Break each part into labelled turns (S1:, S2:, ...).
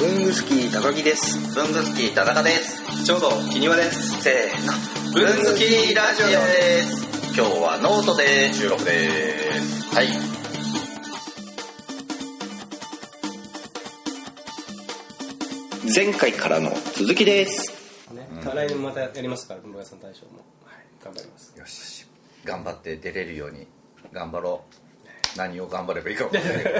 S1: 文具スキー高木です
S2: 文具好き田中です
S1: ちょうど木庭です
S2: せーの文具好きラジオです今日はノートで収録ですはい
S1: 前回からの続きです
S3: ね、来年またやりますから文房具屋さん大賞も、はい、頑張ります
S2: よし頑張って出れるように頑張ろう何を頑張ればいいか分かんない け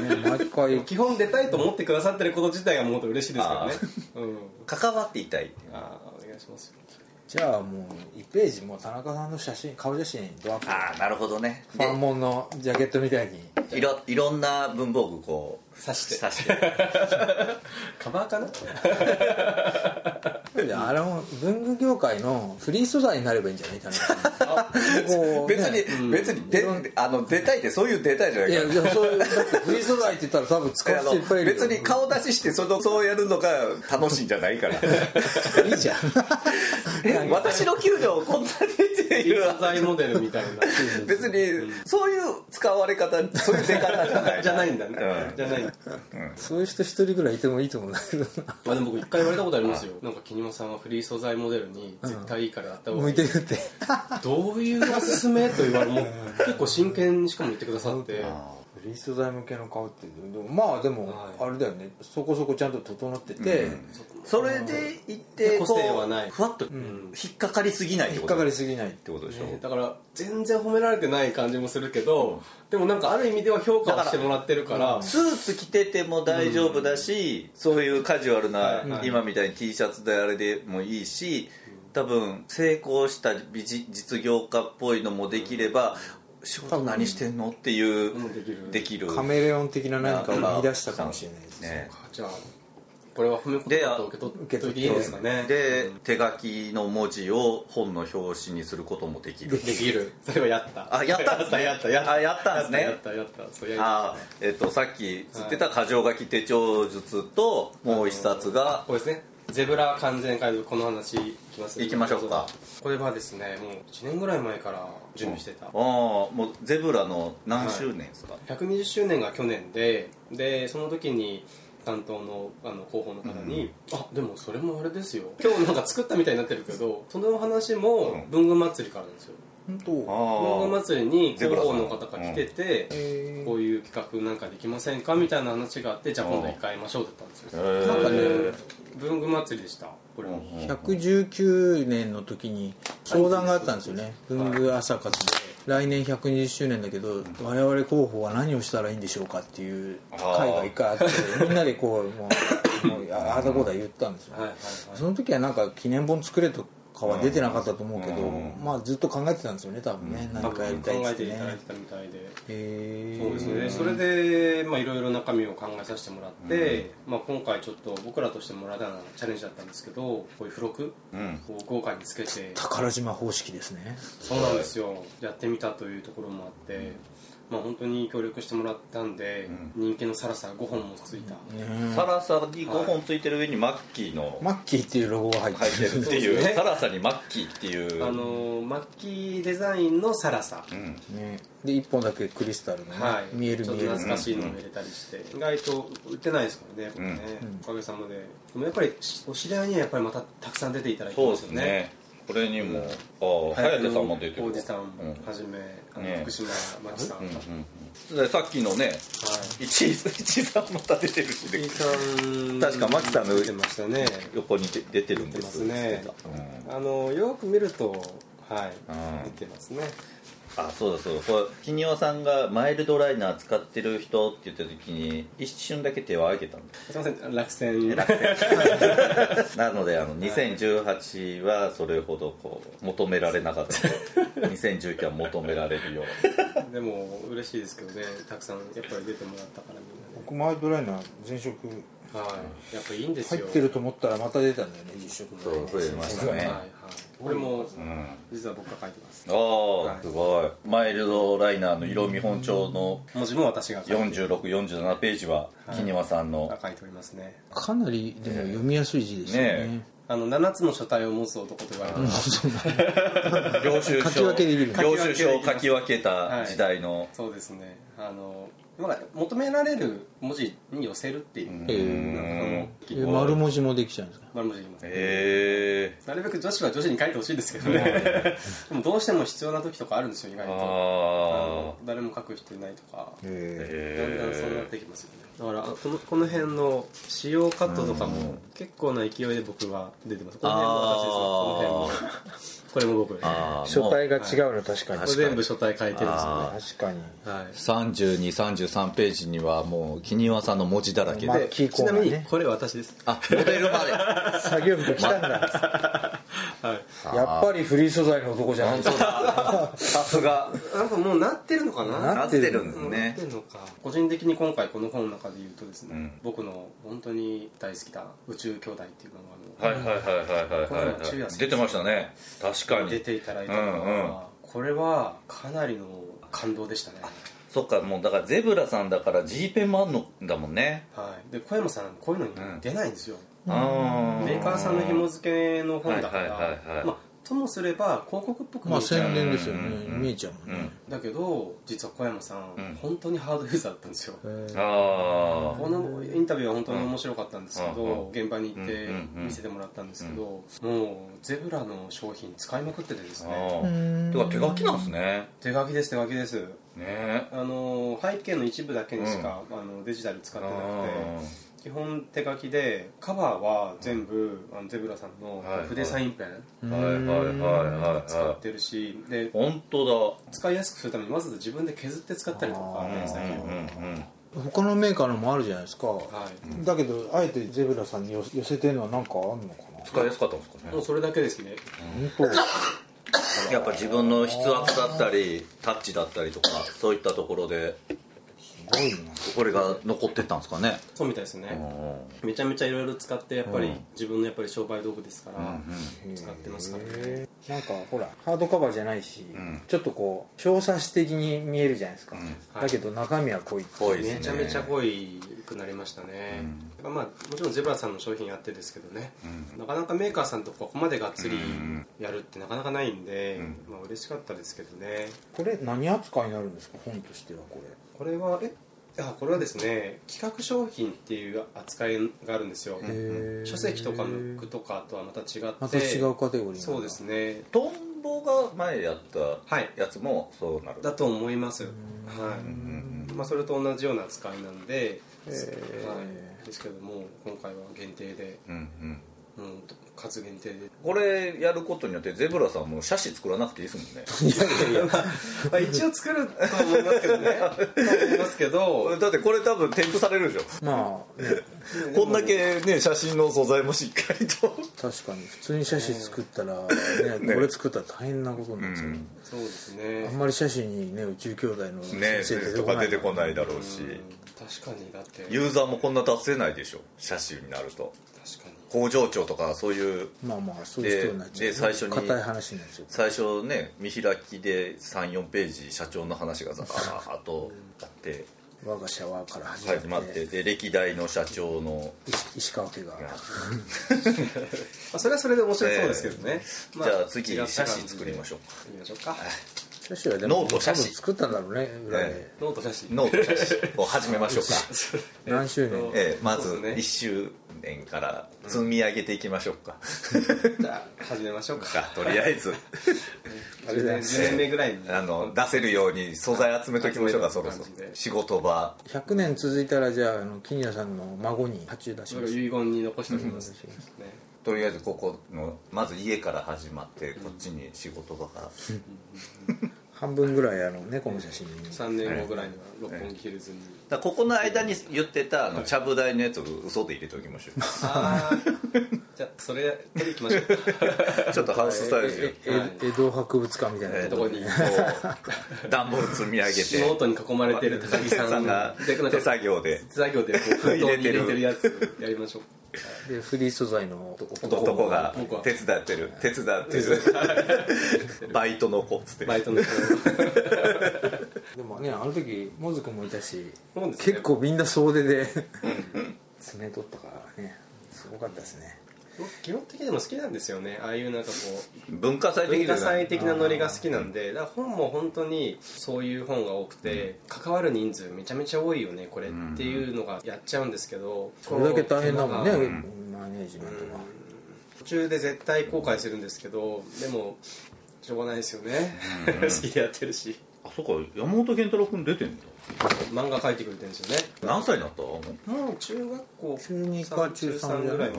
S2: ど
S4: 毎回
S3: 基本出たいと思ってくださってること自体がもっと嬉しいですけどねうん
S2: 関わっていたい
S3: ああお願いしますよ
S4: じゃあもう1ページもう田中さんの写真顔写真ドアップ
S2: ああなるほどね
S4: ファンモンのジャケットみたい に
S2: でいろいろんな文房具こう
S3: 刺して
S2: 刺して
S3: カバーかな
S4: であれも文具業界のフリー素材になればいいんじゃ ない田中さんこうね
S2: 別に別にであの出たいってそういう出たいじゃない
S4: い
S2: か
S4: や
S2: ら
S4: いやそういうだってフリー素材って言ったら多分使う
S2: あの
S4: 人いっぱいいる よ
S2: 別に顔出ししてそのそうやるのが楽しいんじゃないから
S4: いいじゃん
S2: え私の給料こんなにっていう
S3: 素材モデルみたいな
S2: 別にそういう使われ方そういう出方じゃ ない
S3: じゃないんだね、
S2: うん
S3: じゃないま
S4: そういう人一人ぐらいいてもいいと思うんだけどな
S3: あでも僕一回言われたことありますよなんか絹間さんはフリー素材モデルに絶対いいからやった方が
S4: 向
S3: い
S4: い
S3: い
S4: てるって
S3: どういうおすすめと言われもう結構真剣にしかも言ってくださって
S4: フリー素材向けの顔ってでもまあでも
S3: はい
S4: あれだよねそこそこちゃんと整ってて、
S2: それで言って
S3: 個
S2: こ
S3: 性はないう
S2: ふわっと引っかかりすぎないって
S4: 引っ
S2: こ
S4: か
S2: と
S4: か
S2: っ
S4: りすぎない
S2: てことでしょ
S3: ねだから全然褒められてない感じもするけどでもなんかある意味では評価をしてもらってるから
S2: スーツ着てても大丈夫だし、そういうカジュアル
S3: はい
S2: な
S3: はい
S2: 今みたいに T シャツであれでもいいし多分成功した美人実業家っぽいのもできれば仕事何してんのっていう
S3: うんできる
S2: できる
S4: カメレオン的な何かを生み出したかもしれないですね
S2: ね
S3: じゃあこれは褒め言葉と受け取っ
S4: で
S3: 受けといていいですかね
S2: で手書きの文字を本の表紙にすることもできる
S3: できるそれはやった
S2: あやったん
S3: や
S2: で
S3: っ
S2: す
S3: た
S2: ね
S3: やったやった
S2: あやったんですね
S3: やったやったやったそうやりました
S2: あえっとさっき言ってた箇条書き手帳術ともう一冊が
S3: これですねゼブラ完全解読この話いきます
S2: いきましょうか
S3: これはですねもう1年ぐらい前から準備してた
S2: ああもうゼブラの何周年ですか、
S3: 120周年が去年ででその時に担当のあの広報の方に、あでもそれもあれですよ今日なんか作ったみたいになってるけどその話も
S2: うん
S3: 文具祭りからなんですよ
S4: 本当
S3: 文具
S2: ああ
S3: 祭りに
S2: ゼブ
S3: 広
S2: ラさん
S3: 報の方が来てて、
S4: え
S3: こういう企画なんかできませんかみたいな話があってじゃあ今度一回やりましょうって言ったんですよ
S2: へえ
S3: なんかね文具祭りでしたこれも、
S2: うん
S4: ー119年の時に商談があったんですよね文具朝活で来年120周年だけど我々候補は何をしたらいいんでしょうかっていう会が一回あってみんなでこうもうもうああだこうだ言ったんですよ
S3: はいはいはい
S4: その時はなんか記念本作れとかは出てなかったと思うけどまあずっと考えてたんですよね多分ね何かやりたい
S3: 考
S4: っ
S3: え
S4: つ
S3: て
S4: っ
S3: い
S4: て
S3: ただい
S4: ね
S3: てたみたいで
S4: へ
S3: そうですね、それで、まあ、いろいろ中身を考えさせてもらって、まあ、今回ちょっと僕らとしてもらったのはチャレンジだったんですけどこういう付録
S2: うん
S3: を豪華につけて
S4: 宝島方式ですね
S3: そうなんですよやってみたというところもあって、まあ、本当に協力してもらったんで、人気のサラサ5本もついた、
S2: サラサに5本ついてる上にマッキーの
S4: マッキーっていうロゴが入って
S2: 入ってるって
S3: そう
S2: い
S3: で
S2: う
S3: すね
S2: サラサにマッキーっていう
S3: あのマッキーデザインのサラサ、
S4: ね、で1本だけクリスタルの、ね
S3: はい、
S4: 見える
S3: ちょっ
S4: 見
S3: と
S4: える
S3: 懐かしいのを入れたりして、意外と売ってないですからねこれね、おかげさまででもやっぱりお知り合いにはやっぱりまたたくさん出ていただいて
S2: そう
S3: ま
S2: ですす
S3: よね
S2: ねこれにも、ああ早手さんも出てる
S3: おじさん
S2: うん
S3: はじめ、あの
S2: ね
S3: 福島真紀さん、はい
S2: うんでさっきのね一井一井さんまた出てるしね
S3: 福井さん
S2: 確か真紀さんの
S3: 出てましたね
S2: 横に出出てるんです
S3: 出てますね
S2: うん
S3: あのよく見るとはい、
S2: うん
S3: 出てますね
S2: あそうだそうだこれ金曜さんがマイルドライナー使ってる人って言った時に一瞬だけ手を挙げたんです
S3: すいません落選
S2: なのであの2018はそれほどこう求められなかった ので2019は求められ るよ
S3: でも嬉しいですけどねたくさんやっぱり出てもらったからみんなね
S4: 僕マイドライナー全色
S3: はいやっぱいいんです
S4: 入
S3: よ
S4: ってると思ったらまた出たんだよね実色
S2: うに増えました
S3: はい
S2: ね
S3: はいこれも、
S2: うん
S3: 実は僕が書いてます
S2: ああすごいマイルドライナーの色見本帳の
S3: 文字も私が書いて
S2: 4647ページは木庭さんの
S3: 書いておりますね
S4: かなりでも読みやすい字ですよね
S2: ね
S3: あの7つの書体を持つ男と言われてます、
S2: 領収書
S4: 書き分けできる
S2: 領収書を書き分けた時代の、
S3: そうですねあの、まあ、求められる文字に寄せるっていう、
S4: え
S2: うん
S4: え丸文字もできちゃうんですか
S3: 丸文字で言います
S2: え
S3: なるべく女子は女子に書いてほしいですけどね でもどうしても必要な時とかあるんですよ意
S2: え
S3: 外
S2: あ
S3: とあ
S2: あ
S3: の誰も書く人いないとか
S4: え
S3: だんだんそうなっ
S2: え
S3: てきますよねだからこのこの辺の使用カットとかも結構な勢いで僕が出てますこの辺も私ですねこの辺もこれも僕こ
S2: あ
S4: 書
S2: もう
S4: 体が違うの確かに
S3: れ全部書体書いてるんですよね
S4: 確かに
S3: はい
S2: 3233ページにはもう絹岩さんの文字だらけで、
S4: まあキーコ
S3: ち
S4: ー
S3: な
S4: ナ
S3: み
S4: ー
S3: に
S4: ね
S3: これ私です
S2: あモデルまで
S4: 作業服来たんだ やっぱりフリー素材の男じゃないですか
S2: さすが
S3: なんかもうなってるのかな
S2: なってるんです
S3: なっ
S2: ね
S3: てんのか個人的に今回この本の中で言うとですね、
S2: うん
S3: 僕の本当に大好きな「宇宙兄弟」っていう漫画
S2: はいはいはいはいはい、
S3: これも昼
S2: は
S3: 夜
S2: い、出てましたね確か
S3: の出
S2: に
S3: ていただいたのが、
S2: うんうん
S3: これはかなりの感動でしたね
S2: そっかもうだからゼブラさんだから G ペンもあんのだもんね
S3: はい、で小山さんこういうのに出ないんですよ、
S2: あ
S3: メーカーさんの紐付けの本だか
S2: はいはいはいは
S3: ら
S2: い
S3: まあともすれば広告っぽく
S4: ま
S3: 見え
S4: あ
S3: ちゃう、
S4: 宣伝ですよね
S2: うん
S4: 見えちゃうもんね
S3: だけど実は小山さん、
S2: うん
S3: 本当にハードユーザーだったんですよ
S4: へえ
S2: あ
S3: このインタビューは本当に面白かったんですけど、
S2: うん
S3: 現場に行っ
S2: う
S3: て
S2: んうんうん
S3: 見せてもらったんですけど、もうゼブラの商品使いまくっててです
S2: あ
S3: ね
S2: ーてか手書きなんですね
S3: 手書きです手書きです
S2: ね
S3: あの背景の一部だけにしか、あのデジタル使ってなくて基本手書きでカバーは全部、あのゼブラさんの
S2: はい
S3: 筆サインペン
S2: うんはいはいはいはい
S3: 使
S2: は
S3: ってるし、で
S2: い本当
S3: 使いやすくするためにわざわざ自分で削って使ったりとか
S4: あー
S2: だ
S3: 連
S2: う
S3: 載
S2: ん
S3: を
S2: うんうん
S4: 他のメーカーのもあるじゃないですか
S3: はい
S4: だけどあえてゼブラさんに寄寄せてるのは何かあんのかな
S2: 使いやすかったんですか
S3: もう
S2: ね
S3: それだけですね
S4: 本当
S2: やっぱ自分の筆圧だったりタッチだったりとかそういったところです
S4: ごいな
S2: これが残ってったんですかね
S3: そうみたいですね、めちゃめちゃいろいろ使ってやっぱり自分のやっぱり商売道具ですから、使ってますからね
S4: なんかほらハードカバーじゃないし、
S2: ん
S4: ちょっとこう小冊子的に見えるじゃないですか、だけど中身は濃いっていう
S2: ぽいですね
S3: めちゃめちゃ濃いくなりましたね、まあもちろんゼブラさんの商品あってですけどね、なかなかメーカーさんとここまでがっつりやるってなかなかないんで、まあ嬉しかったですけどね
S4: これ何扱いになるんですか本としてはこれ
S3: これはえあこれはですね企画商品っていう扱いがあるんですよ
S4: へー
S3: 書籍とかムックとかとはまた違って
S4: また違うカテゴリーなんだ
S3: そうですね
S2: トンボが前やった
S3: はい
S2: やつもそうなる
S3: だと思いますはい、まあ、それと同じような扱いなんで、
S4: ー
S3: はい、ですけども今回は限定で、
S2: うんうん
S3: うん、数限定で
S2: これやることによってゼブラさんも写真作らなくていいですもんね
S3: まあ一応作ると思いますけど ねと思いますけど
S2: だってこれ多分添付されるでし
S4: まあ、ね、
S2: ょこんだけね写真の素材もしっかりと
S4: 確かに普通に写真作ったら、ね
S2: ね
S4: これ作ったら大変なことになっちゃう、
S2: うん
S3: そうです
S4: あん
S3: ね
S4: まり写真にね宇宙兄弟の
S2: ね
S4: 先生
S2: とか出てこ
S4: い
S2: ないだろうし
S3: 確かにだって確か
S2: ユーザーもこんな達せないでしょ写真になると
S3: に
S2: 工場長とかそういう
S4: まあまあそういう人になっちゃう
S2: でで最初に
S4: 硬い話になっちゃう
S2: 最初ね見開きで34ページ社長の話 がさあーっとあって
S4: 我が社はから始まって,、
S2: 始まってで歴代の社長の
S4: 石石川家が
S3: まあ、それはそれで面白そうですけどね、ま
S2: じゃあ次写真作りま
S3: ょ
S2: しょう
S3: う作りましょうか
S4: 写真はでも
S2: ノート写真
S4: 多分作ったんだろうね裏で、
S2: え
S3: ノート写真
S2: ノート写真を始めまし ょうか
S4: 何周年
S2: ええまず
S3: そうです
S2: 1
S3: ね
S2: 周年から積み上げていきましょうか、
S3: じゃあ始めましょうか
S2: とりあえず
S3: 10年10年目ぐらいに
S2: あの出せるように素材集めときましょうか
S3: 集
S2: そ
S3: め
S2: ろ
S3: てお
S2: そろ
S3: く感じで
S2: 仕事場
S4: 100年続いたらじゃああの金谷さんの孫に発注出し
S3: それ
S4: ま
S3: が
S4: す
S3: 遺言に残しておきますね
S2: とりあえずここのまず家から始まってこっちに仕事場 から
S4: 半分ぐらいあの猫の写真に
S3: 3年後ぐらいには六本木ヒルズに
S2: だからここの間に言ってたあのちゃぶ台のやつを嘘で入れておきましょう
S3: あーじゃあそれ取りに行きましょうか
S2: ちょっとハウススタイルで
S4: ええ江戸博物館みたいな
S2: え
S4: と
S2: ー
S3: ど
S4: こ
S3: こ
S4: ろ
S3: に
S2: こう段ボール積み上げ て
S3: ノートに囲まれてる高木さん
S2: さんが
S3: でなんか
S2: 手作業で
S3: 手作業でこう封筒に入れてるやつやりましょう
S4: でフリー素材の
S2: 男が
S3: 僕は
S2: 手伝ってる手伝ってる バイトの子っつって
S3: バイトの人
S4: でもねあの時モズ君もいたし、
S3: そうですね
S4: 結構みんな総出で詰めとったからねすごかったですね
S3: 僕基本的にでも好きなんですよねああいうなんかこう
S2: 文化祭的
S3: 文
S2: だ
S3: 化
S2: よね
S3: 祭的なノリが好きなんでだから本も本当にそういう本が多くて、関わる人数めちゃめちゃ多いよねこれっていうのがやっちゃうんですけど
S4: それだけ大変だもんね、
S3: こう
S4: マネージメントが、
S3: 途中で絶対後悔するんですけどでもしょうがないですよね 好きでやってるし
S2: あそっか山本健太郎君出てんだ
S3: 漫画描いてくれてるんですよね
S2: 何歳になった
S3: もう中学校
S4: 中二か中三
S3: ぐらい
S2: あ
S3: ま
S2: あ
S3: で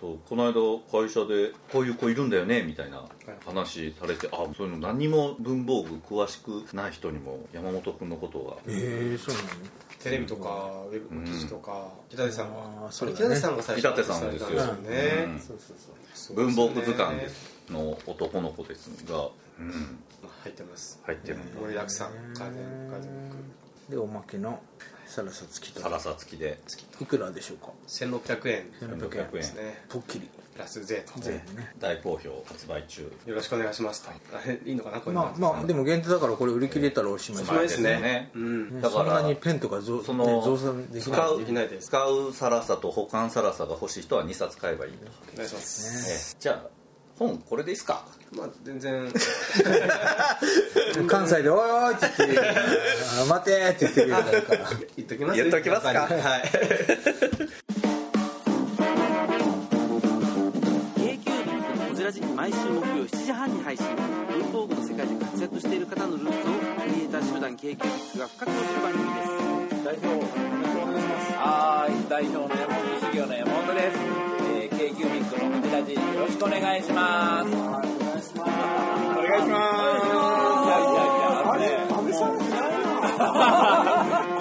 S2: そうこの間会社でこういう子いるんだよねみたいな話されてあそういうの何も文房具詳しくない人にも山本君のことは
S4: ええそうなの
S3: テレビとかウェブの記事とか北出さん
S4: あ
S3: は
S4: ーそうだね
S3: 北出さんが最初
S2: 北出さんですよ
S3: 最初なんですよね
S2: うん
S3: そうそうそう
S2: 文房具図鑑
S3: で
S2: ですすの男の子ですが、うん、
S3: ね入ってます
S2: 入ってる
S3: 盛りだくさん家電家電
S4: でおまけのサラサつきと
S2: サラサ付きで
S4: いくらでしょうか
S3: 僕1600円
S2: 1600円
S3: ですね
S4: ポッキリ
S3: プラス税と
S4: 税ね
S2: 大好評発売中
S3: よろしくお願いしますとあれいいのかなこれ
S4: まあまあでも限定だからこれ売り切れたらおしま
S2: お
S4: い
S2: し
S4: です
S3: そ
S2: ま
S3: う
S2: い
S3: です
S2: ですね
S3: ねうん
S2: だ
S4: そ
S2: か
S4: んな
S2: ら
S4: にペンとか増,、
S2: そ
S4: ね
S2: の
S4: 増産できない
S2: 使う
S3: できないです
S2: 使うサラサと保管サラサが欲しい人は2冊買えばいいと、
S3: お願いします
S2: ええじゃあ本これでいいっすか
S3: まあ全 然
S4: 関西で「おいおい!」って言って「あ待て!」って言ってくれたから
S3: 言っときます
S2: 言っときますか
S3: やっぱりはい
S5: k q b のこじらじ毎週木曜7時半に配信文房具の世界で活躍している方のルーツをクリエイター集団 k q b が深く知る番組です代表よろしくお願いします
S6: はーい代表の山本修行の山本です、えー、京急ミックのこちらじよろしくお願いしますお願いしますお願いしますいやいやいやあのねいやこ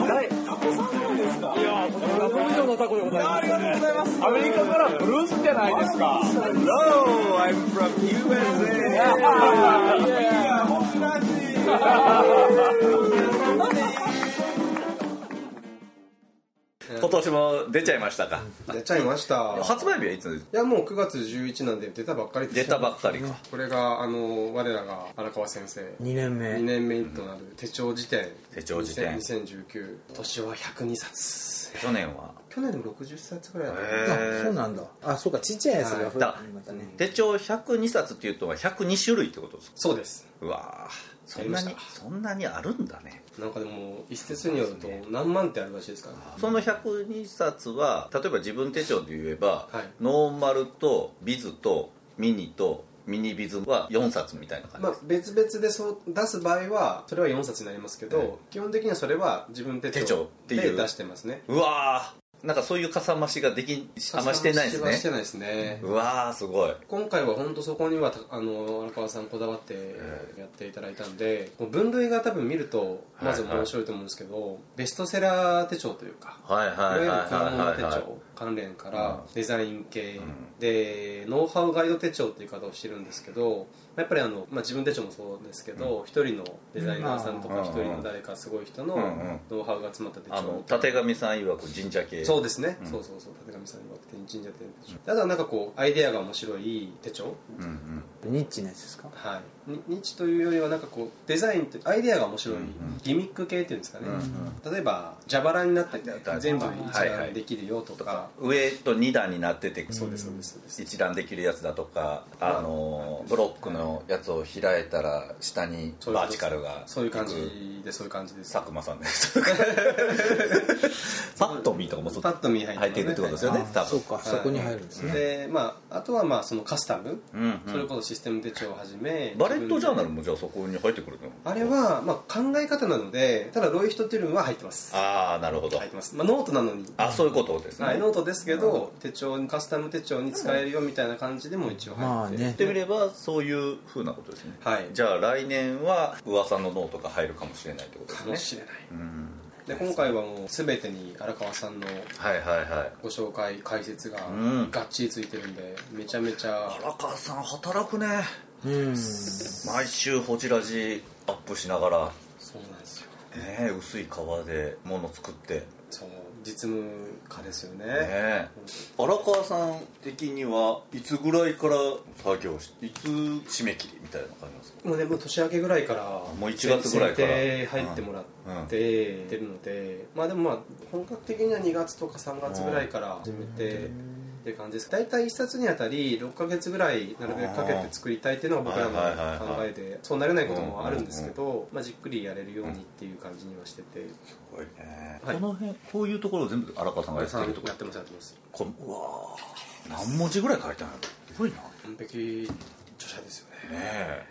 S6: れどう以上のタコでございますありがとうございますアメリカからブルースじゃないですか Hello I'm from USA
S2: 今年も出ちゃいましたか
S3: 出ちゃいました
S2: 発売日はいつ
S3: いやもう9月11なんで出たばっかりです
S2: 出たばっかりか
S3: これがあの我らが荒川先生
S4: 2年目
S3: 2年目となる手帳辞典
S2: 手帳辞典
S3: 2019今年は102冊
S2: 去年は
S3: 去年でも60冊ぐらいだった
S2: へ
S4: あそうなんだあそうかちっちゃいやつが増え
S2: だ
S4: たまたね
S2: 手帳102冊っていうとは102種類ってことですか
S3: そうです
S2: うわーそんな
S3: や
S2: に
S3: りました
S2: そんなにあるんだね
S3: なんかでも一説によると何万ってあるらしいですから
S2: その102冊は例えば自分手帳で言えば、
S3: はい
S2: ノーマルとビズとミニとミニビズは4冊みたいな感じ
S3: ま
S2: で
S3: あ
S2: す、
S3: 別々でそう出す場合はそれは4冊になりますけど、基本的にはそれは自分手帳
S2: 手帳っていう
S3: で出してますね
S2: うわーなんかそういうかさ増しができあんましてないで
S3: 差しはし
S2: す
S3: て
S2: ね
S3: ないですね
S2: うわーすごい
S3: 今回は本当そこにはたあの荒川さんこだわってやっていただいたんで、もう分類が多分見るとまず面白いと思うんですけど、ベストセラー手帳というか
S2: はい
S3: い
S2: は
S3: わ
S2: いは
S3: ゆ
S2: い
S3: る
S2: は
S3: 買い物
S2: い
S3: 手
S2: はい
S3: 帳関連からデザイン系でノウハウガイド手帳っていう方をしてるんですけどやっぱりあの、まあ、自分手帳もそうですけど一人のデザイナーさんと
S2: う
S3: か
S2: ん
S3: 一人の誰かすごい人の
S2: うんうん
S3: ノウハウが詰まった手
S2: あ
S3: 帳
S2: のたてがみさん曰く神社系
S3: そううですね、そうそうそう立上さんにバク転神社手帳ただなんかこうアイデアが面白い手帳
S2: んうん
S4: ニッチなやつですか
S3: はい、にニッチというよりはなんかこうデザインとアイデアが面白い、ギミック系っていうんですかね、例えば蛇腹になってて
S2: はい
S3: 全部
S2: は
S3: 一
S2: いはい
S3: 覧できるよとか、
S2: 上と2段になってて
S3: そうですそうですそうです
S2: 一覧できるやつだとかあのブロックのやつを開いたら下に
S3: そういう
S2: バー
S3: こと
S2: チカルが
S3: そういう感
S2: 行く
S3: じでそういう感じです
S2: 佐久間さんです パッと見とかもそう
S3: パッと見入ってます
S2: 入
S3: ね
S2: ってるってことですよね
S4: あ
S2: 多
S4: そう
S2: 分
S4: かそこに入るんですね
S3: でまああとはまあそのカスタム、
S2: んうん
S3: それこそシステム手帳をはじめ
S2: バレットジャーナル
S3: 自分で
S2: もじゃあそこに入ってくるの
S3: あれはまあ考え方なのでただロイヒトテルンは入ってます
S2: ああなるほど
S3: 入ってます、まあ、ノートなのに
S2: あそういうことですね
S3: はい、
S2: 言
S3: ノートですけど手帳にカスタム手帳に使えるよみたいな感じでも一応入って、
S4: まあね
S2: ってみればそういうふうなことですね
S3: はい
S2: じゃあ来年は噂のノートが入るかもしれないってこと
S3: かも
S2: ですね
S3: しれない、で今回はもう全てに荒川さんの
S2: はいはいはい
S3: ご紹介解説が
S2: ん
S3: がっちりついてるんでめちゃめちゃ
S2: 荒川さん働くね
S4: うん
S2: 毎週ホジラジアップしながら
S3: そうなんですよ
S2: ねえ薄い皮で物作ってね
S3: そう実務家ですよね
S2: え荒川さん的にはいつぐらいから作業していつ締め切りみたいな感じなんですか
S3: もうねもう年明けぐらいから
S2: もう1月ぐらいから
S3: 選定入ってもらって、出るのでまあでもまあ本格的には2月とか3月ぐらいから始めてっていう感じです大体1冊にあたり6ヶ月ぐらいなるべくかけて作りたいっていうのが僕らの
S2: はいはいはい
S3: 考
S2: は
S3: え
S2: い
S3: でそうなれないこともあるんですけど、まあ、じっくりやれるようにっていう感じにはしてて、
S2: すごいね、
S3: はい
S2: この辺こういうところを全部荒川さんがやってるとこ
S3: やってますやってます
S2: このうわー何文字ぐらい書いてあるのすごいなね
S3: 完璧著者ですよね
S2: え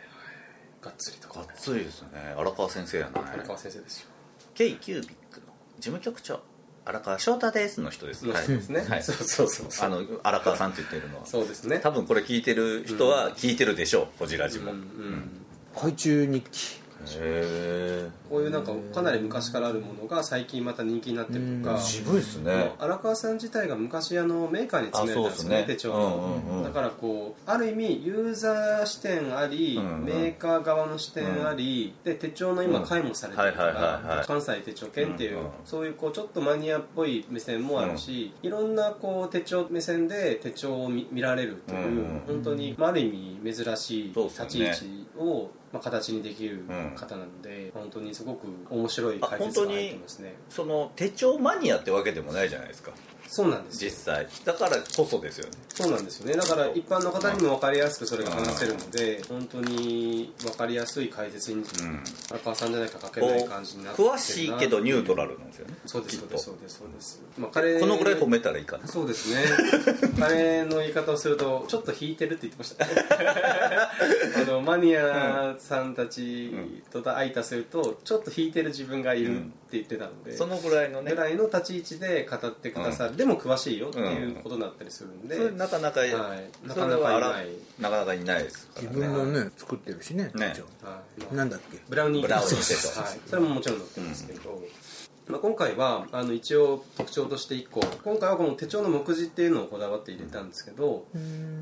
S3: がっつりと
S2: が
S3: か
S2: っつりですね荒川先生やな
S3: 荒川先生ですよ
S2: K キュービックの事務局長荒川翔太ですの人です、
S3: の人ですね
S2: はい、
S3: そうそうそうそ
S2: あ
S3: う
S2: の荒川さんって言ってるのは
S3: そうですね
S2: 多分これ聞いてる人は聞いてるでしょうこじらじ
S3: うんう
S2: も、
S3: ん
S4: 海中日記
S2: へえ
S3: こういうなんかかなり昔からあるものが最近また人気になってるとか
S2: 渋いですね
S3: 荒川さん自体が昔あのメーカーに
S2: あ
S3: 詰め
S2: そう
S3: ら
S2: で
S3: れたんですすよね
S2: ね
S3: 手帳
S2: う
S3: の
S2: んうんうん
S3: だからこうある意味ユーザー視点あり、
S2: うんうん
S3: メーカー側の視点あり、で手帳の今解もされてると
S2: うんはいはいはいは
S3: か
S2: い
S3: 関西手帳券っていう、
S2: うんうん
S3: そういうこうちょっとマニアっぽい目線もあるし、いろんなこう手帳目線で手帳を見見られるという、
S2: うんうん
S3: 本当に、まあ、ある意味珍しい
S2: そうです
S3: 立
S2: よね
S3: ち位置を、まあ、形にできる
S2: うん
S3: 方なので、本当にすごく面白い
S2: あ
S3: 解説が入ってますね
S2: その手帳マニアってわけでもないじゃないですか
S3: そうなんですよ
S2: 実際だからこそですよね
S3: そうなんですよねだから一般の方にも分かりやすくそれが話せるので、本当に分かりやすい解説に
S2: うん
S3: 荒川さんじゃないか書け
S2: こ
S3: ない感じになって
S2: う
S3: るな
S2: 詳しいけどニュートラルなんですよね
S3: そうです
S2: き
S3: そ
S2: っ
S3: う
S2: と
S3: ですそうですそうです、まあ、彼
S2: このぐらい褒めたらいいかな
S3: そうですね彼の言い方をするとちょっと引いてるって言ってま したねあのマニアさんたちと相対するとちょっと引いてる自分がいるって言ってたので、
S2: そのぐらいのね
S3: ぐらいの立ち位置で語ってくださる、でも詳しいよっていうことになったりするんで、
S2: それなかなか、
S3: はい
S2: それは
S3: なかなかいない
S2: あらなかなかいないですからね
S4: 自分もね作ってるしね
S2: ね
S4: 手帳
S3: はい
S4: なんだっけ
S3: ブラウニー
S2: ブラウニーセット
S3: はい、それももちろん載ってますけど、まあ、今回はあの一応特徴として1個今回はこの手帳の目次っていうのをこだわって入れたんですけど、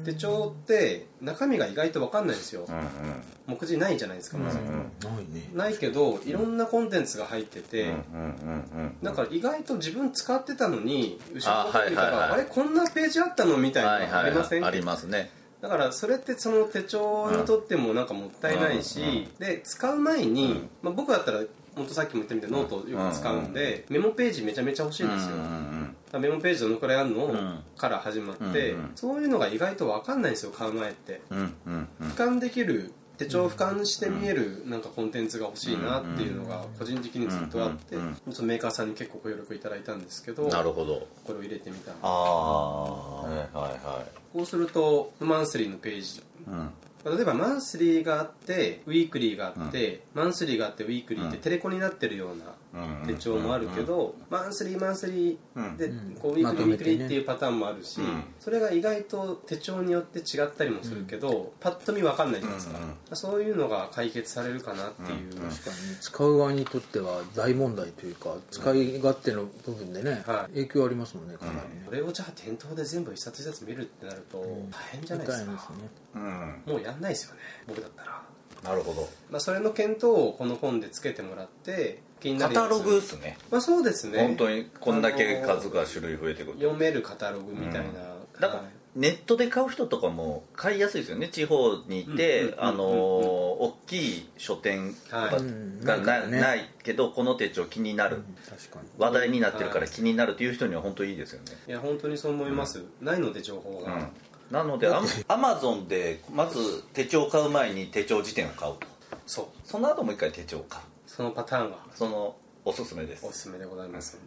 S3: 手帳って中身が意外と分かんないんですよ、
S2: うんうん
S3: 目次ないじゃないですか、まず
S4: ないね
S3: ないけどいろんなコンテンツが入って
S2: うん
S3: て、
S2: うんうん
S3: だから意外と自分使ってたのに後ろの
S2: あはい
S3: 時
S2: は
S3: か
S2: いはい
S3: らあれこんなページあったのみたいな
S2: はい
S3: のあ
S2: はい
S3: りません
S2: はい
S3: か
S2: ありますね
S3: だからそれってその手帳にとってもなんかもったいないし、
S2: うんうん
S3: で使う前に、
S2: うん
S3: まあ、僕だったら本当さっきも言ったみたいにノートをよく使うんで、メモページめちゃめちゃ欲しいんですよ、
S2: うんう
S3: だか
S2: ん
S3: らメモページどのくらいあるの、
S2: ん
S3: から始まって、
S2: うんうん
S3: そういうのが意外と分かんないんですよ買う前って
S2: うんうんうんうん
S3: 俯瞰できる手帳を俯瞰して見えるなんかコンテンツが欲しいなっていうのが個人的にずっとあって、
S2: うんうん
S3: そのメーカーさんに結構ご協力いただいたんですけど
S2: なるほど
S3: これを入れてみた
S2: ああはいは
S3: こうするとマンスリーのページ
S2: いはい
S3: 例えばマンスリーがあってウィークリーがあって、マンスリーがあってウィークリーって
S2: うん
S3: テレコになってるよう
S2: うん
S3: な手帳もあるけど、マンスリーマンスリーで、
S4: ん
S3: こうウィー
S4: ま
S3: クリーウ
S4: と
S3: ィ
S4: め
S3: ーク
S4: てね
S3: リーっていうパターンもあるし、
S2: うん
S3: それが意外と手帳によって違ったりもするけど、パッと見分かんないじゃないですか、
S2: うん
S3: そういうのが解決されるかなっていう、
S4: 確かに使う側にとっては大問題というか使い勝手の部分でね
S3: はい
S4: 影響ありますもんねかなりね
S3: これをじゃあ店頭で全部一冊一冊見るってなると大変じゃないですか、
S4: ね
S2: うん
S3: もうやんないですよね僕だったら、
S2: なるほど
S3: まあ、それの検討をこの本でつけてもらって気にな
S2: カ
S3: るやつ
S2: タログですね
S3: まあそうですね
S2: 本当にこんだけ数が種類増えてくる
S3: 読めるカタログみた
S2: だか
S3: いな、
S2: ら
S3: はい
S2: ネットで買う人とかも買いやすいですよね地方にい
S3: うんうんうん
S2: て
S3: うん
S2: あのー大きい書店とか
S3: はい
S2: が
S4: うん
S2: な
S4: ね
S2: ないけどこの手帳気になる
S4: 確かに
S2: 話題になってるか
S3: は
S2: ら気になるっていう人には本当いいですよね
S3: いや本当にそう思います、ないので情報が、
S2: なのでアマゾンでまず手帳買う前に手帳辞典を買うと
S3: そう
S2: その後もう一回手帳を買う
S3: そのパターンが
S2: そのおすすめです
S3: おすすめでございます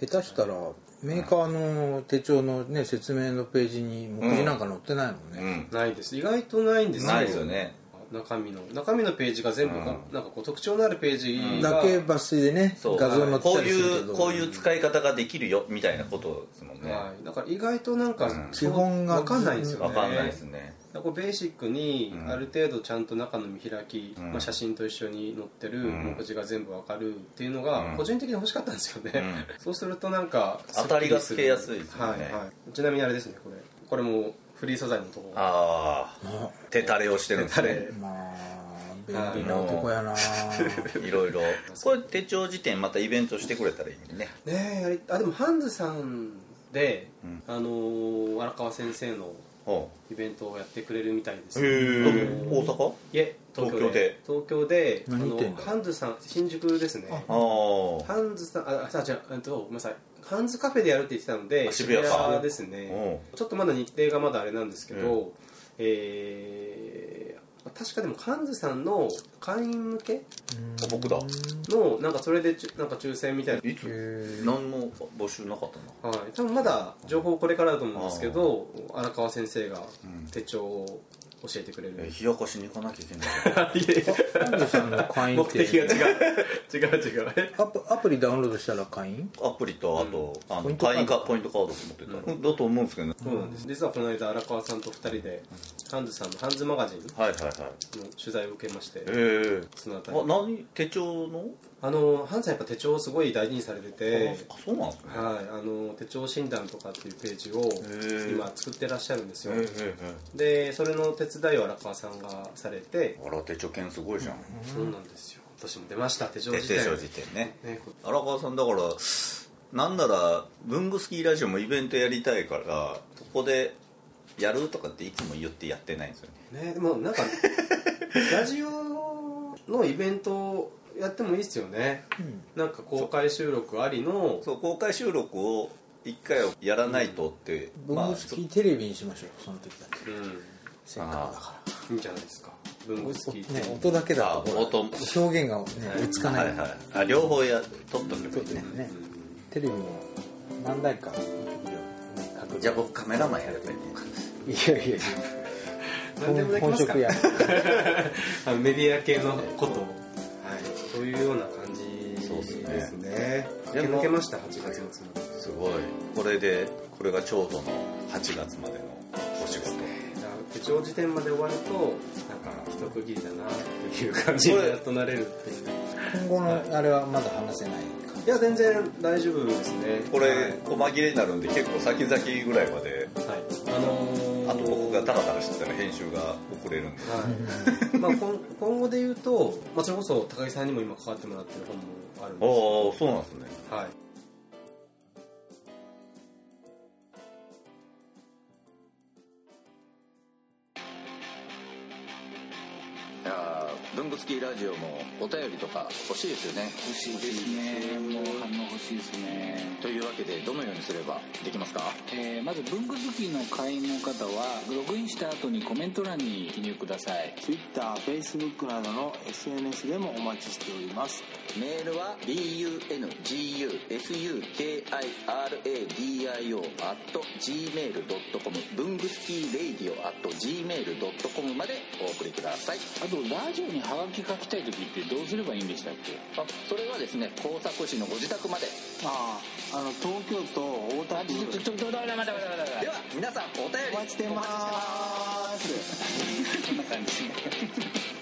S3: 本
S4: 下手したらメーカーの手帳のね説明のページに目次なんか載ってないもん
S2: う
S4: ね、
S2: ん
S3: 当にないです意外とないんですよ
S2: ないですよね
S3: 中身の中身のページが全部こう、なんかこう特徴のあるページが、
S4: だけ抜粋でね
S2: そう
S4: 画像載って
S2: こ
S4: た
S2: う
S4: りする
S2: い
S4: け
S2: う
S4: ど
S2: こういう使い方ができるよみたいなことですもんね
S3: はい、だから意外となんか、
S2: うん
S3: そう
S4: 基本が
S3: わかんないんですよね
S2: わかんないですね
S3: だからこうベーシックに
S2: うん
S3: ある程度ちゃんと中の見開き、
S2: ん
S3: まあ、写真と一緒に載ってる
S2: ん
S3: 目次が全部わかるっていうの
S2: う
S3: が
S2: ん
S3: 個人的に欲しかったんですよね、
S2: う
S3: そうするとなんか
S2: 当たりがつけやすいですよね
S3: はいはい、ちなみにあれですねこれこれもフリー素材のところ
S2: ああ
S4: あ
S2: 手垂れをしてるんですね
S4: まあ便利な男 やな
S2: いろいろこれ手帳辞典またイベントしてくれたらいいね
S3: ねえやりあでもハンズさんで、
S2: うん
S3: あのー荒川先生の
S2: ほ
S3: イベントをやってくれるみたいです
S2: うへえ大阪
S3: いえ東京で東京で
S4: 何言ってん
S3: あ
S4: だ
S3: のハンズさん新宿ですね
S2: あー
S3: ハンズさんああじゃあえっとごめんなさいハンズカフェでやるって言ってたので
S2: あ渋谷か
S3: です
S2: う
S3: ね
S2: ん
S3: ちょっとまだ日程がまだあれなんですけど、えー確かでもハンズさんの会員向け
S2: あ僕だ
S3: のなんかそれでちゅなんか抽選みたいな、
S2: いつ何も募集なかったな
S3: はい、多分まだ情報これからだと思うんですけど荒川先生が
S2: うん
S3: 手帳を教えてくれる、
S2: え冷やかしに行かなきゃいけない
S3: いえいえ
S4: ハンズさんの会員 っ
S3: 目 的が違う
S4: て
S3: 違う違う
S4: アプアプリダウンロードしたら会員
S2: アプリとあと、あ
S4: ポイ
S2: の
S4: ントカード
S2: 会員かポイントカードと思ってた、だと思うんですけどね、
S3: そうなんです実はこの間荒川さんと2人でハンズさんのハンズマガジンの
S2: はいはいはい
S3: 取材を受けまして
S2: えー、
S3: そのあたり
S2: あ何手帳の
S3: あのハンズさんやっぱ手帳をすごい大事にされてて
S2: あそうなんですね
S3: はい、あの手帳診断とかっていうページを
S2: ー
S3: 今作ってらっしゃるんですよ
S2: えええ
S3: でそれの手伝いを荒川さんがされて
S2: えあら手帳券すごいじゃん、
S3: そうなんですよ私も出ました手帳
S2: 手
S3: 辞典
S2: 帳辞典ね
S3: ねこ
S2: 荒川さんだからなんなら文具スキーラジオもイベントやりたいからそこでやるとかっていつも言ってやってないんですよね
S3: ねでもなんかラジオのイベントやってもいいですよね、なんか公開収録ありの
S2: そう公開収録を一回をやらないとって、
S4: 文具付きテレビにしましょうその時だけ
S3: う
S4: せっかくだか
S3: んいいんじゃないですか文具好きっ
S4: ら、
S3: て、
S4: ね、音だけだ
S2: あ
S4: とほら
S2: 音
S4: 表現がね追いつか
S2: は
S4: ないい、
S2: はいあ両方や撮っとけばいいね
S4: ねテレビも何台か各
S2: じゃあ僕カメラマンやればいいね
S4: いやいやいや
S3: 何でもできますか
S4: 本職や
S3: らあのメディア系のことを、はい、そういうような感じ
S2: そうっすね
S3: ですね
S2: で
S3: 駆け
S2: も
S3: 抜けました8月のつもり
S2: すごいこれでこれがちょうどの8月までのお仕事
S3: だから手帳時点まで終わるとなんか一区切りだなっていう感じにやっとなれるっていう
S4: 今後のあれはまだ話せないか
S3: いや全然大丈夫ですね
S2: こ
S3: はい、
S2: れ細切れになるんで結構先々ぐらいまで
S3: あのー
S2: あと僕がタラタラしてたら編集が遅れるんで
S3: はい まあ、今今後で言うと、まあ、それこそ高木さんにも今関わってもらってる本もあるん
S2: ああ
S3: で
S2: そうなんですね
S3: すはい
S7: いやー文具付きラジオもお便りとか欲しいですよね欲しいですねもう反応欲しいですねというわけでどのようにすればできますか
S8: えーまず文具好きの会員の方はログインした後にコメント欄に記入ください
S9: TwitterFacebook などの SNS でもお待ちしております
S7: メールは bungusukiradio.gmail.com 文具スキーレイディオ .gmail.com までお送りください
S8: あとラジオにハガキ書きたい時ってどうすればいいんでしたっけ
S7: あそれはですね工作士のご自宅まで
S9: あああの東京都大田区
S8: ちょっと待って待って待って
S7: では皆さんお便り
S9: お待ちしてますーす
S8: こんな感じ